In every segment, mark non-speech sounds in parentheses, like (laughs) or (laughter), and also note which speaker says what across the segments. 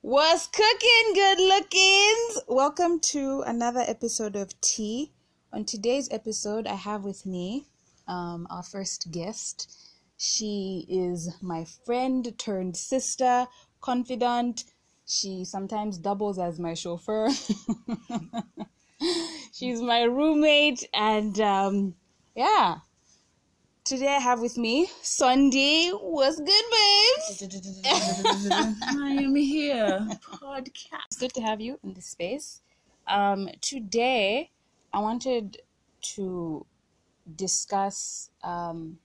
Speaker 1: What's cooking, good lookings? Welcome to another episode of Tea. On today's episode, I have with me um, our first guest. She is my friend turned sister, confidant. She sometimes doubles as my chauffeur. (laughs) She's my roommate, and um, yeah. Today I have with me Sunday. What's good, babes?
Speaker 2: I am here. Podcast.
Speaker 1: It's good to have you in this space. Um, today, I wanted to discuss um,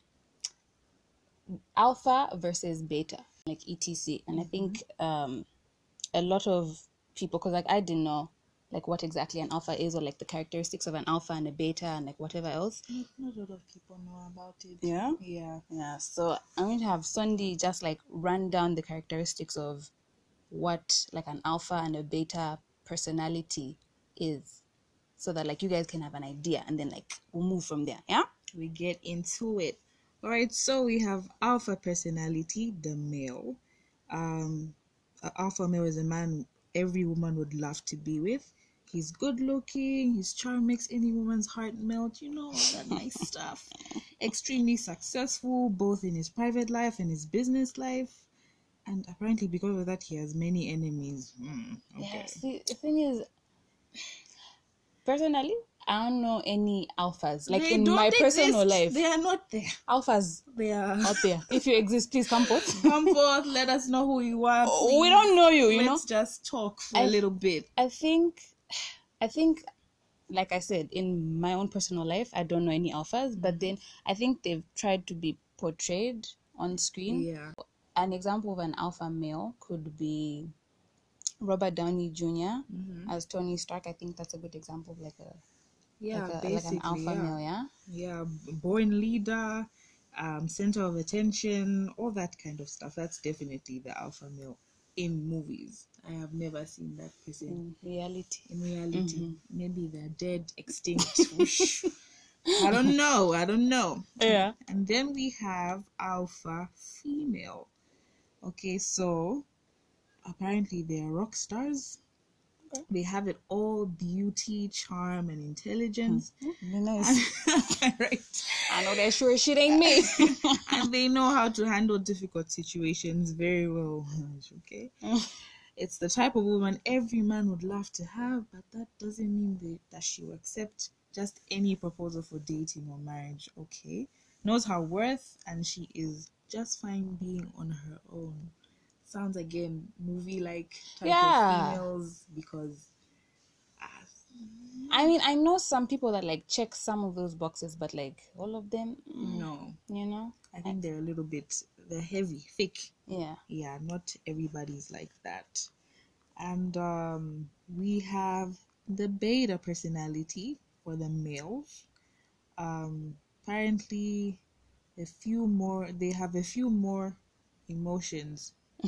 Speaker 1: alpha versus beta, like etc. And I think
Speaker 2: Mm-hmm.
Speaker 1: um, a lot of people, because like I didn't know like what exactly an alpha is, or like the characteristics of an alpha and a beta, and like whatever else.
Speaker 2: Not a lot of people know about it.
Speaker 1: Yeah.
Speaker 2: Yeah.
Speaker 1: Yeah, so I'm going to have Sunday just like run down the characteristics of what like an alpha and a beta personality is so that like you guys can have an idea and then like we'll move from there. Yeah?
Speaker 2: We get into it. All right. So we have alpha personality, the male. Um, a alpha male is a man every woman would love to be with. He's good looking. His charm makes any woman's heart melt. You know all that
Speaker 1: (laughs)
Speaker 2: nice stuff. Extremely successful, both in his private life and his business life. And apparently, because of that, he has many enemies. Hmm, okay.
Speaker 1: Yeah. See the thing is personally I don't know any alphas. Like in my personal life.
Speaker 2: They are not there.
Speaker 1: alphas
Speaker 2: They are. (laughs)
Speaker 1: out there. If you exist, please come (laughs) forth.
Speaker 2: Come forth. Let us know who you are.
Speaker 1: we
Speaker 2: please.
Speaker 1: don't know you, you know.
Speaker 2: Let's just talk for a
Speaker 1: I-
Speaker 2: little bit.
Speaker 1: I think, I think, like I said, in my own personal life, I don't know any alphas, but then I think they've tried to be portrayed on screen.
Speaker 2: Yeah.
Speaker 1: An example of an alpha male could be Robert Downey junior
Speaker 2: Mm-hmm.
Speaker 1: as Tony Stark. I think that's a good example of like a
Speaker 2: Yeah.
Speaker 1: like, a, like
Speaker 2: basically.
Speaker 1: an alpha
Speaker 2: yeah.
Speaker 1: male, yeah.
Speaker 2: Yeah. Born leader, um, center of attention, all that kind of stuff. That's definitely the alpha male in movies. I have never seen that person
Speaker 1: In reality,
Speaker 2: in reality.
Speaker 1: Mm-hmm.
Speaker 2: Maybe they're
Speaker 1: (laughs)
Speaker 2: dead, extinct. Whoosh. I don't know. I don't know.
Speaker 1: yeah. (laughs)
Speaker 2: And then we have alpha female. Okay, so apparently they are rock stars.
Speaker 1: Okay.
Speaker 2: They have it all beauty, charm, and intelligence.
Speaker 1: Be nice.
Speaker 2: (laughs) right.
Speaker 1: I know that sure shit ain't me.
Speaker 2: (laughs) And they know how to handle difficult situations very well. Okay. It's the type of woman every man would love to have, but that doesn't mean that, that she will accept just any proposal for dating or marriage, okay? Knows her worth and she is just fine being on her own. Sounds again movie like type
Speaker 1: Yeah.
Speaker 2: of females because ah,
Speaker 1: I mean, I know some people that like check some of those boxes, but like all of them, mm,
Speaker 2: no,
Speaker 1: you know,
Speaker 2: I think they're a little bit they're heavy, thick.
Speaker 1: yeah.
Speaker 2: Yeah, not everybody's like that. And um, we have the beta personality for the males. Um, apparently, a few more. They have a few more emotions. (laughs)
Speaker 1: (laughs)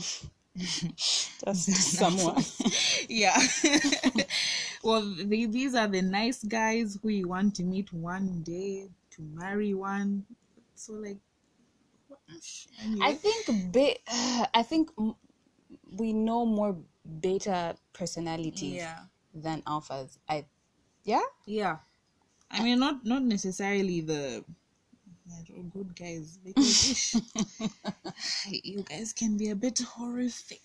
Speaker 1: That's someone.
Speaker 2: Yeah. (laughs) well, they, these are the nice guys who you want to meet one day to marry one. So like, what-
Speaker 1: I
Speaker 2: anyway.
Speaker 1: think be- I think m- we know more beta personalities
Speaker 2: yeah,
Speaker 1: than alphas. I yeah.
Speaker 2: yeah. I mean, not not necessarily the that are good guys because ish, you guys can be a bit horrific.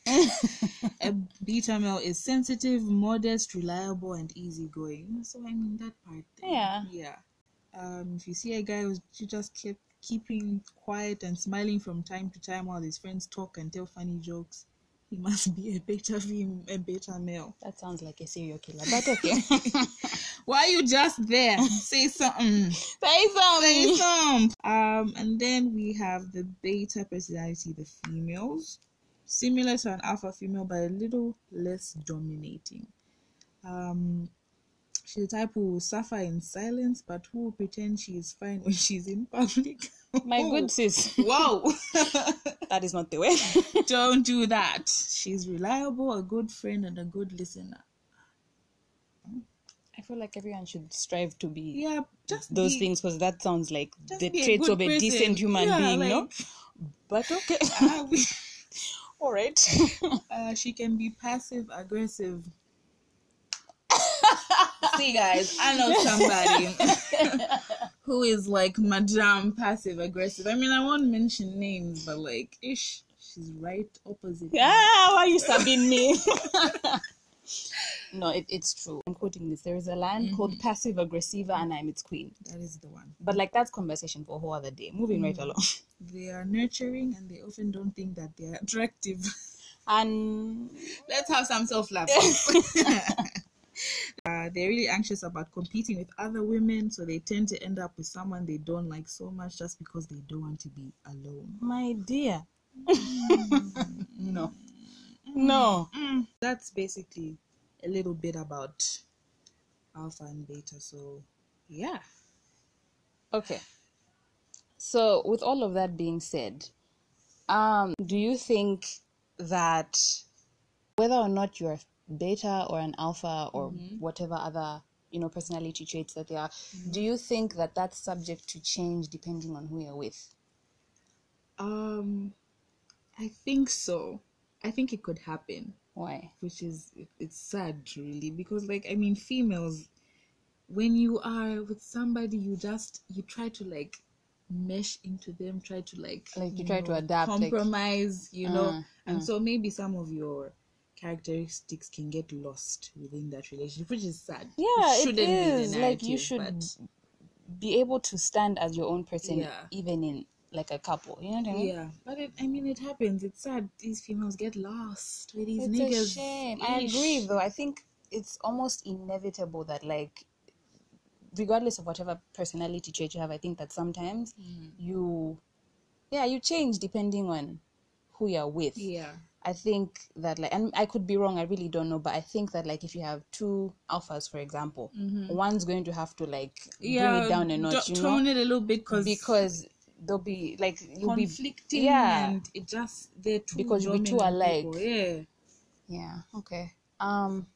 Speaker 2: a beta male is sensitive, modest, reliable, and easygoing. So I mean that part. Then.
Speaker 1: Yeah.
Speaker 2: Yeah. Um, if you see a guy who's ju- just kept keeping quiet and smiling from time to time while his friends talk and tell funny jokes, he must be a beta fem- a beta male.
Speaker 1: That sounds like a serial killer, but okay.
Speaker 2: Why are you just there? Say something.
Speaker 1: Say something.
Speaker 2: Awesome. Um, and then we have the beta personality, the females, similar to an alpha female but a little less dominating. Um, she's the type who will suffer in silence but who will pretend she is fine when she's in public. (laughs)
Speaker 1: My good sis, (laughs)
Speaker 2: Wow.
Speaker 1: that is not the way.
Speaker 2: Don't do that. She's reliable, a good friend, and a good listener.
Speaker 1: (laughs) I feel like everyone should strive to be
Speaker 2: Yeah, just
Speaker 1: those
Speaker 2: be,
Speaker 1: things because that sounds like
Speaker 2: just
Speaker 1: the
Speaker 2: be a
Speaker 1: traits
Speaker 2: good
Speaker 1: of a
Speaker 2: person.
Speaker 1: decent human
Speaker 2: Yeah,
Speaker 1: being, no?
Speaker 2: like,
Speaker 1: But okay.
Speaker 2: ah, we-
Speaker 1: All right. (laughs)
Speaker 2: Uh, she can be passive aggressive. See, guys, I know somebody (laughs) who is like Madame passive aggressive. I mean, I won't mention names, but like, ish, she's right opposite. me.
Speaker 1: Yeah, Ah, why you stabbing me? (laughs) no, it, it's true. I'm quoting this. There is a line called Passive Aggressiva, and I'm its queen.
Speaker 2: That is the one.
Speaker 1: But like that's conversation for a whole other day. Moving right along. (laughs)
Speaker 2: They are nurturing and they often don't think that they are attractive. (laughs)
Speaker 1: And
Speaker 2: Let's have some self love. uh, they're really anxious about competing with other women, so they tend to end up with someone they don't like so much just because they don't want to be alone.
Speaker 1: my dear, no, no.
Speaker 2: That's basically a little bit about alpha and beta. So, yeah.
Speaker 1: Okay. So, with all of that being said, um, do you think that whether or not you're beta or an alpha or
Speaker 2: Mm-hmm.
Speaker 1: whatever other you know personality traits that they are, do you think that that's subject to change depending on who you're with?
Speaker 2: Um, I think so. I think it could happen.
Speaker 1: Why?
Speaker 2: which is it's sad really because like i mean females when you are with somebody you just you try to like mesh into them try to like
Speaker 1: Like, you try to adapt, like-
Speaker 2: compromise you know
Speaker 1: Uh,
Speaker 2: and so maybe some of your characteristics can get lost within that relationship which is sad It
Speaker 1: Yeah, it
Speaker 2: shouldn't be the
Speaker 1: is. Like you
Speaker 2: narrative,
Speaker 1: should
Speaker 2: but
Speaker 1: be able to stand as your own person,
Speaker 2: Yeah.
Speaker 1: even in like a couple. You know what I mean?
Speaker 2: yeah but it, i mean it happens it's sad these females get lost with these
Speaker 1: It's
Speaker 2: niggas
Speaker 1: a shame. I agree,
Speaker 2: Eesh.
Speaker 1: though. I think it's almost inevitable that, like, regardless of whatever personality trait you have, I think that sometimes
Speaker 2: Mm-hmm.
Speaker 1: you, yeah, you change depending on who you're with.
Speaker 2: yeah
Speaker 1: I think that, like, and I could be wrong, I really don't know, but I think that, like, if you have two alphas, for example, one's going to have to, like, bring it down a notch,
Speaker 2: Mm-hmm. do-
Speaker 1: you know?
Speaker 2: tone it a little bit cause
Speaker 1: Because there'll be, like, you'll be.
Speaker 2: conflicting
Speaker 1: yeah.
Speaker 2: and it just they're too
Speaker 1: Because we two
Speaker 2: dominant
Speaker 1: are
Speaker 2: people,
Speaker 1: like-
Speaker 2: yeah
Speaker 1: Yeah, okay. Um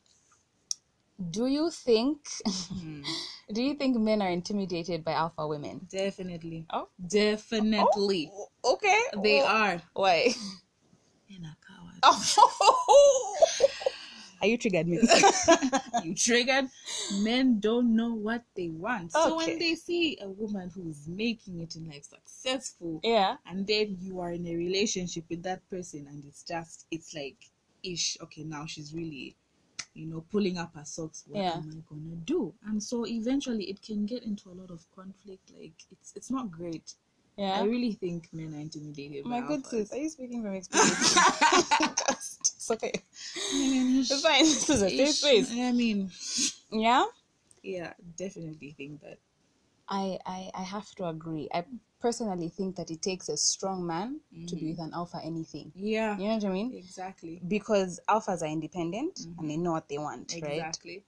Speaker 1: do you think (laughs) do you think men are intimidated by alpha women?
Speaker 2: definitely
Speaker 1: Oh.
Speaker 2: definitely
Speaker 1: Okay.
Speaker 2: they are
Speaker 1: Why?
Speaker 2: men are cowards
Speaker 1: (laughs) are you triggered (laughs) me? Oh.
Speaker 2: you triggered men don't know what they want so
Speaker 1: Okay.
Speaker 2: when they see a woman who's making it in life successful
Speaker 1: yeah.
Speaker 2: and then you are in a relationship with that person and it's just it's like ish okay now she's really you know pulling up her socks what
Speaker 1: Yeah.
Speaker 2: am i gonna do and so eventually it can get into a lot of conflict like it's it's not great i
Speaker 1: Yeah. Oh
Speaker 2: really think men are intimidated
Speaker 1: My
Speaker 2: by
Speaker 1: good
Speaker 2: alphas.
Speaker 1: sis, are you speaking from (laughs) experience? it's okay.
Speaker 2: I mean, ish,
Speaker 1: It's fine. This is a safe
Speaker 2: ish.
Speaker 1: space.
Speaker 2: i mean
Speaker 1: Yeah.
Speaker 2: yeah definitely think that
Speaker 1: I, I I have to agree. I personally think that it takes a strong man to be with an alpha anything.
Speaker 2: yeah,
Speaker 1: You know what I mean?
Speaker 2: exactly
Speaker 1: because alphas are independent and they know what they want, right?
Speaker 2: Mm-hmm. exactly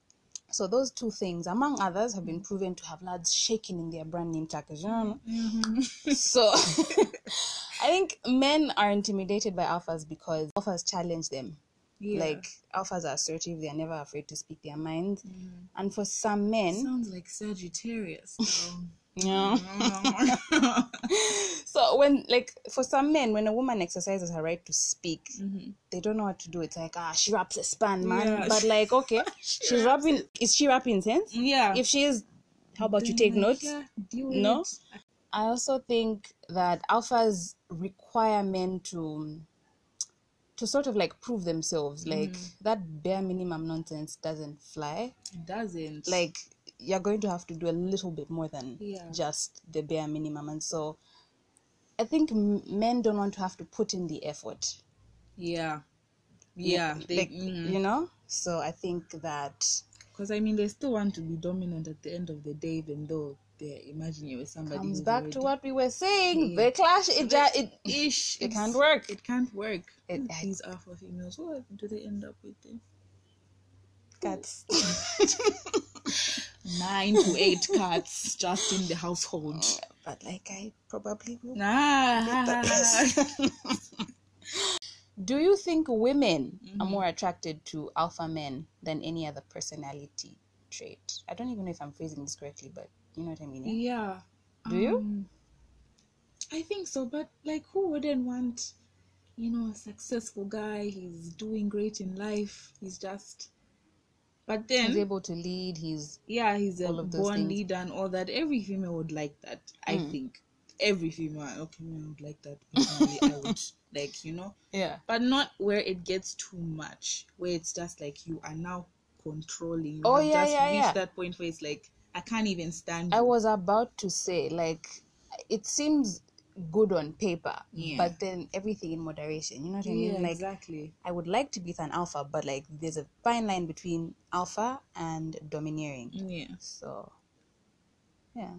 Speaker 1: So those two things, among others, have been proven to have lads shaking in their brand name trackers. You know?
Speaker 2: Mm-hmm.
Speaker 1: (laughs) so I think men are intimidated by alphas because alphas challenge them.
Speaker 2: yeah
Speaker 1: Like alphas are assertive; they are never afraid to speak their minds.
Speaker 2: Mm-hmm.
Speaker 1: And for some men,
Speaker 2: sounds like sagittarius though.
Speaker 1: (laughs) you know, so when like for some men, when a woman exercises her right to speak, they don't know what to do. It's like ah, she wraps a span, man.
Speaker 2: Mm-hmm. Yeah.
Speaker 1: But like
Speaker 2: (laughs)
Speaker 1: okay, she's wrapping. Is she wrapping sense?
Speaker 2: (laughs) yeah
Speaker 1: if she is how about you take
Speaker 2: Like,
Speaker 1: notes
Speaker 2: yeah, deal with
Speaker 1: No?
Speaker 2: it.
Speaker 1: i also think that alphas require men to to sort of like prove themselves like
Speaker 2: Mm-hmm.
Speaker 1: that bare minimum nonsense doesn't fly
Speaker 2: It doesn't
Speaker 1: like you're going to have to do a little bit more than
Speaker 2: Yeah.
Speaker 1: just the bare minimum and so i think m- men don't want to have to put in the effort
Speaker 2: yeah yeah they, mm-hmm.
Speaker 1: like you know so i think that
Speaker 2: Because I mean, they still want to be dominant at the end of the day, even though they imagine you with somebody.
Speaker 1: comes
Speaker 2: who's
Speaker 1: back to
Speaker 2: already-
Speaker 1: what we were saying
Speaker 2: Mm.
Speaker 1: the clash it, ja- it
Speaker 2: (coughs) Ish,
Speaker 1: it
Speaker 2: it's-
Speaker 1: can't work
Speaker 2: It can't work.
Speaker 1: It-
Speaker 2: And
Speaker 1: I-
Speaker 2: These are for females. What do they end up with?
Speaker 1: (laughs)
Speaker 2: Then? (coughs)
Speaker 1: cats
Speaker 2: Nine to eight cats just in the household.
Speaker 1: (coughs) but like I probably will.
Speaker 2: Nah.
Speaker 1: Do you think women
Speaker 2: Mm-hmm.
Speaker 1: are more attracted to alpha men than any other personality trait? I don't even know if I'm phrasing this correctly, but you know what I mean. yeah?
Speaker 2: (laughs) yeah.
Speaker 1: Do you?
Speaker 2: Mm. Um, I think so, but like, who wouldn't want you know, a successful guy. He's doing great in life. He's just, but then
Speaker 1: He's able to lead. He's
Speaker 2: yeah, he's a
Speaker 1: all of those
Speaker 2: born
Speaker 1: things. Mm.
Speaker 2: leader and all that. Every female would like that, I think. Every female, okay, woman would like that. Personally, I would (laughs) like, you know,
Speaker 1: yeah.
Speaker 2: but not where it gets too much, where it's just like you are now controlling. You
Speaker 1: Oh,
Speaker 2: have
Speaker 1: yeah,
Speaker 2: just
Speaker 1: yeah,
Speaker 2: reached
Speaker 1: yeah.
Speaker 2: that point where it's like I can't even stand.
Speaker 1: I
Speaker 2: you.
Speaker 1: was about to say, like, it seems good on paper,
Speaker 2: Yeah.
Speaker 1: but then everything in moderation. You know what I mean?
Speaker 2: yeah,
Speaker 1: like,
Speaker 2: exactly.
Speaker 1: I would like to be with an alpha, but like, there's a fine line between alpha and domineering.
Speaker 2: Yeah,
Speaker 1: So, yeah.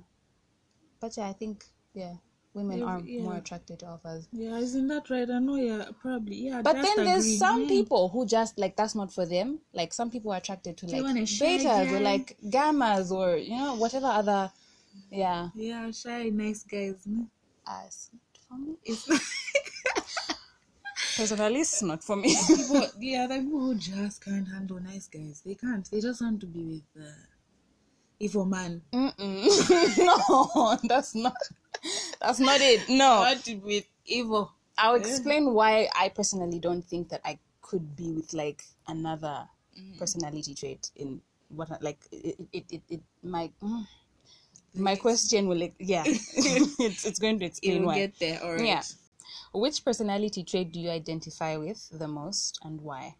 Speaker 1: But yeah, I think, yeah, women
Speaker 2: Every-
Speaker 1: are more
Speaker 2: yeah.
Speaker 1: attracted to alphas.
Speaker 2: yeah, isn't that right? I know. Yeah, probably. Yeah,
Speaker 1: But
Speaker 2: just
Speaker 1: then there's
Speaker 2: agree.
Speaker 1: some
Speaker 2: Mm.
Speaker 1: people who just like that's not for them. Like some people are attracted to
Speaker 2: They
Speaker 1: like
Speaker 2: want a shy
Speaker 1: betas or
Speaker 2: guy.
Speaker 1: like gammas or you know whatever other, yeah.
Speaker 2: Yeah, shy, nice guys. mm.
Speaker 1: Uh, it's not for me. (laughs)
Speaker 2: It's
Speaker 1: Personally, it's not for me.
Speaker 2: people. Yeah, the people who just can't handle nice guys. They can't. They just want to be with uh, evil man.
Speaker 1: Mm, Mm-mm. (laughs) no, that's not. That's not it. No,
Speaker 2: Not with evil.
Speaker 1: I'll explain why I personally don't think that I could be with like another
Speaker 2: Mm.
Speaker 1: personality trait in what like it it it, it my. mm. My question will, ex-
Speaker 2: (laughs)
Speaker 1: yeah, it's, it's going to
Speaker 2: It
Speaker 1: explain
Speaker 2: will
Speaker 1: why.
Speaker 2: get there. All right.
Speaker 1: Yeah. Which personality trait do you identify with the most and why?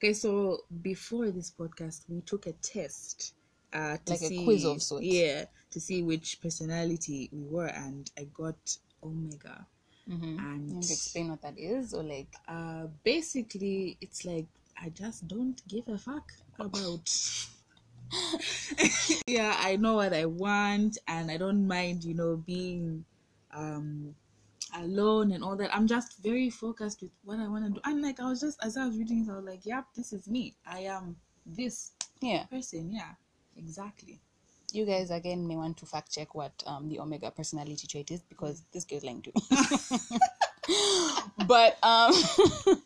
Speaker 2: Okay, so before this podcast, we took a test uh, to
Speaker 1: Like a
Speaker 2: see,
Speaker 1: quiz of sorts.
Speaker 2: yeah, to see which personality we were, and I got Omega,
Speaker 1: You
Speaker 2: and
Speaker 1: want to explain what that is or like
Speaker 2: uh, basically, it's like I just don't give a fuck about. (laughs) yeah, I know what I want, and I don't mind, you know, being um alone and all that. I'm just very focused with what I want to do. And like I was just as I was reading, this, I was like, "Yep, this is me. I am this
Speaker 1: yeah.
Speaker 2: person." Yeah, exactly.
Speaker 1: You guys again may want to fact check what um the omega personality trait is because this girl's lying too. (laughs) but um (laughs)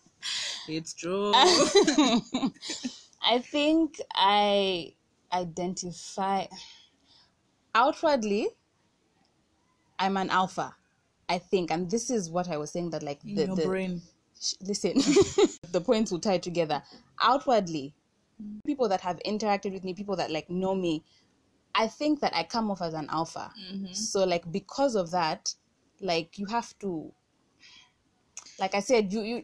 Speaker 2: It's (laughs) true.
Speaker 1: I think I identify outwardly I'm an alpha. I think and this is what I was saying that like
Speaker 2: In
Speaker 1: the,
Speaker 2: your
Speaker 1: the
Speaker 2: brain.
Speaker 1: Sh- listen (laughs) the points will tie together outwardly people that have interacted with me people that like know me i think that i come off as an alpha so like because of that like you have to like i said you you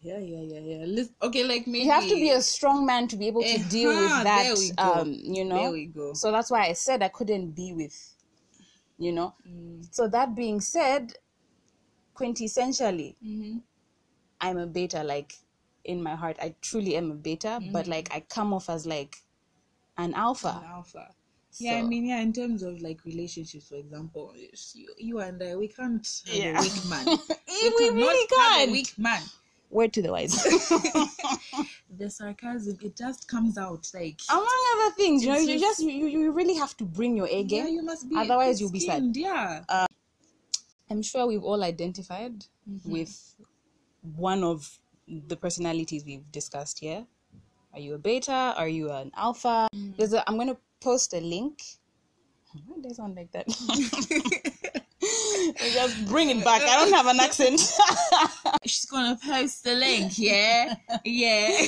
Speaker 2: Yeah, yeah, yeah, yeah. Listen, okay, like maybe
Speaker 1: you have to be a strong man to be able to deal
Speaker 2: Uh-huh,
Speaker 1: with
Speaker 2: there
Speaker 1: that
Speaker 2: we go.
Speaker 1: um you know
Speaker 2: There we go.
Speaker 1: so that's why i said i couldn't be with you know
Speaker 2: Mm.
Speaker 1: so that being said quintessentially
Speaker 2: Mm-hmm.
Speaker 1: i'm a beta like in my heart i truly am a beta
Speaker 2: Mm.
Speaker 1: but like i come off as like an
Speaker 2: an
Speaker 1: alpha
Speaker 2: alpha. Yeah, I
Speaker 1: So-
Speaker 2: mean, yeah, in terms of like relationships, for example, it's you, you and I, we can't have
Speaker 1: Yeah.
Speaker 2: a weak
Speaker 1: (laughs)
Speaker 2: man. we,
Speaker 1: we
Speaker 2: cannot
Speaker 1: really
Speaker 2: Have
Speaker 1: can't.
Speaker 2: a weak man.
Speaker 1: word to the
Speaker 2: (laughs)
Speaker 1: wise
Speaker 2: The sarcasm, it just comes out like.
Speaker 1: among other things you know
Speaker 2: It's
Speaker 1: you
Speaker 2: just-
Speaker 1: just you, you really have to bring your a
Speaker 2: Yeah,
Speaker 1: game
Speaker 2: you must be.
Speaker 1: Otherwise you'll be sad. Uh,
Speaker 2: thick-skinned, Yeah.
Speaker 1: i'm sure we've all identified
Speaker 2: Mm-hmm.
Speaker 1: with one of the personalities we've discussed here are you a beta are you an alpha
Speaker 2: Mm.
Speaker 1: there's a i'm going to post a link why does it sound like that (laughs) just bring it back i don't have an accent
Speaker 2: (laughs)
Speaker 1: (laughs)
Speaker 2: She's gonna post the link. Yeah.
Speaker 1: (laughs)
Speaker 2: yeah.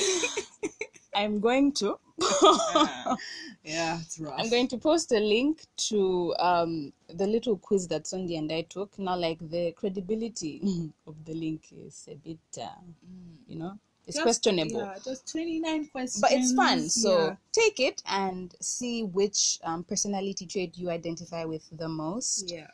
Speaker 2: (laughs)
Speaker 1: i'm going to
Speaker 2: yeah, it's rough.
Speaker 1: I'm going to post a link to um, the little quiz that Sondi and I took. Now, like the credibility (laughs) of the link is a bit, uh, you know, it's
Speaker 2: Mm. Just-
Speaker 1: questionable.
Speaker 2: Yeah, just 29 questions.
Speaker 1: But it's fun, so
Speaker 2: yeah.
Speaker 1: take it and see which um, personality trait you identify with the most.
Speaker 2: Yeah.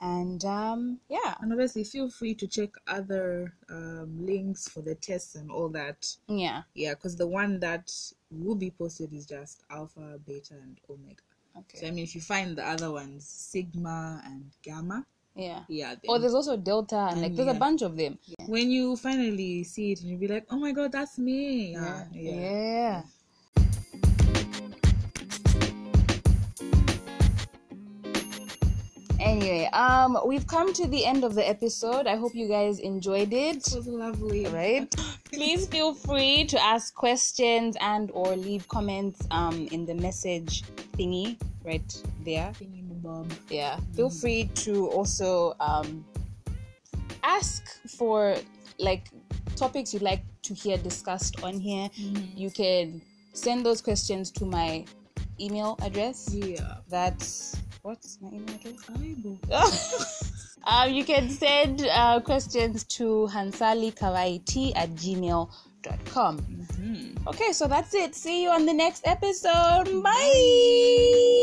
Speaker 1: And um, yeah,
Speaker 2: And obviously, feel free to check other um, links for the tests and all that.
Speaker 1: yeah,
Speaker 2: Yeah, because the one that will be posted is just alpha, beta, and omega. So, I
Speaker 1: okay,
Speaker 2: mean, if you find the other ones, sigma and gamma,
Speaker 1: yeah.
Speaker 2: yeah. Then
Speaker 1: Oh, there's also Delta, and like
Speaker 2: And,
Speaker 1: there's a
Speaker 2: yeah.
Speaker 1: bunch of them.
Speaker 2: when you finally see it, you'll be like, oh my god, that's me. Yeah. Yeah.
Speaker 1: yeah. Anyway, um, we've come to the end of the episode. I hope you guys enjoyed it.
Speaker 2: It was lovely.
Speaker 1: Right? Please feel free to ask questions and or leave comments um in the message thingy right there.
Speaker 2: Thinking about-
Speaker 1: Yeah. Feel free to also um ask for like topics you'd like to hear discussed on here.
Speaker 2: Mm-hmm.
Speaker 1: You can send those questions to my email address.
Speaker 2: Yeah.
Speaker 1: That's what's my email address? (laughs)
Speaker 2: Aibo.
Speaker 1: um, you can send uh, questions to hansalikawaiti at gmail.com.
Speaker 2: Mm-hmm.
Speaker 1: Okay, so that's it. See you on the next episode. Bye.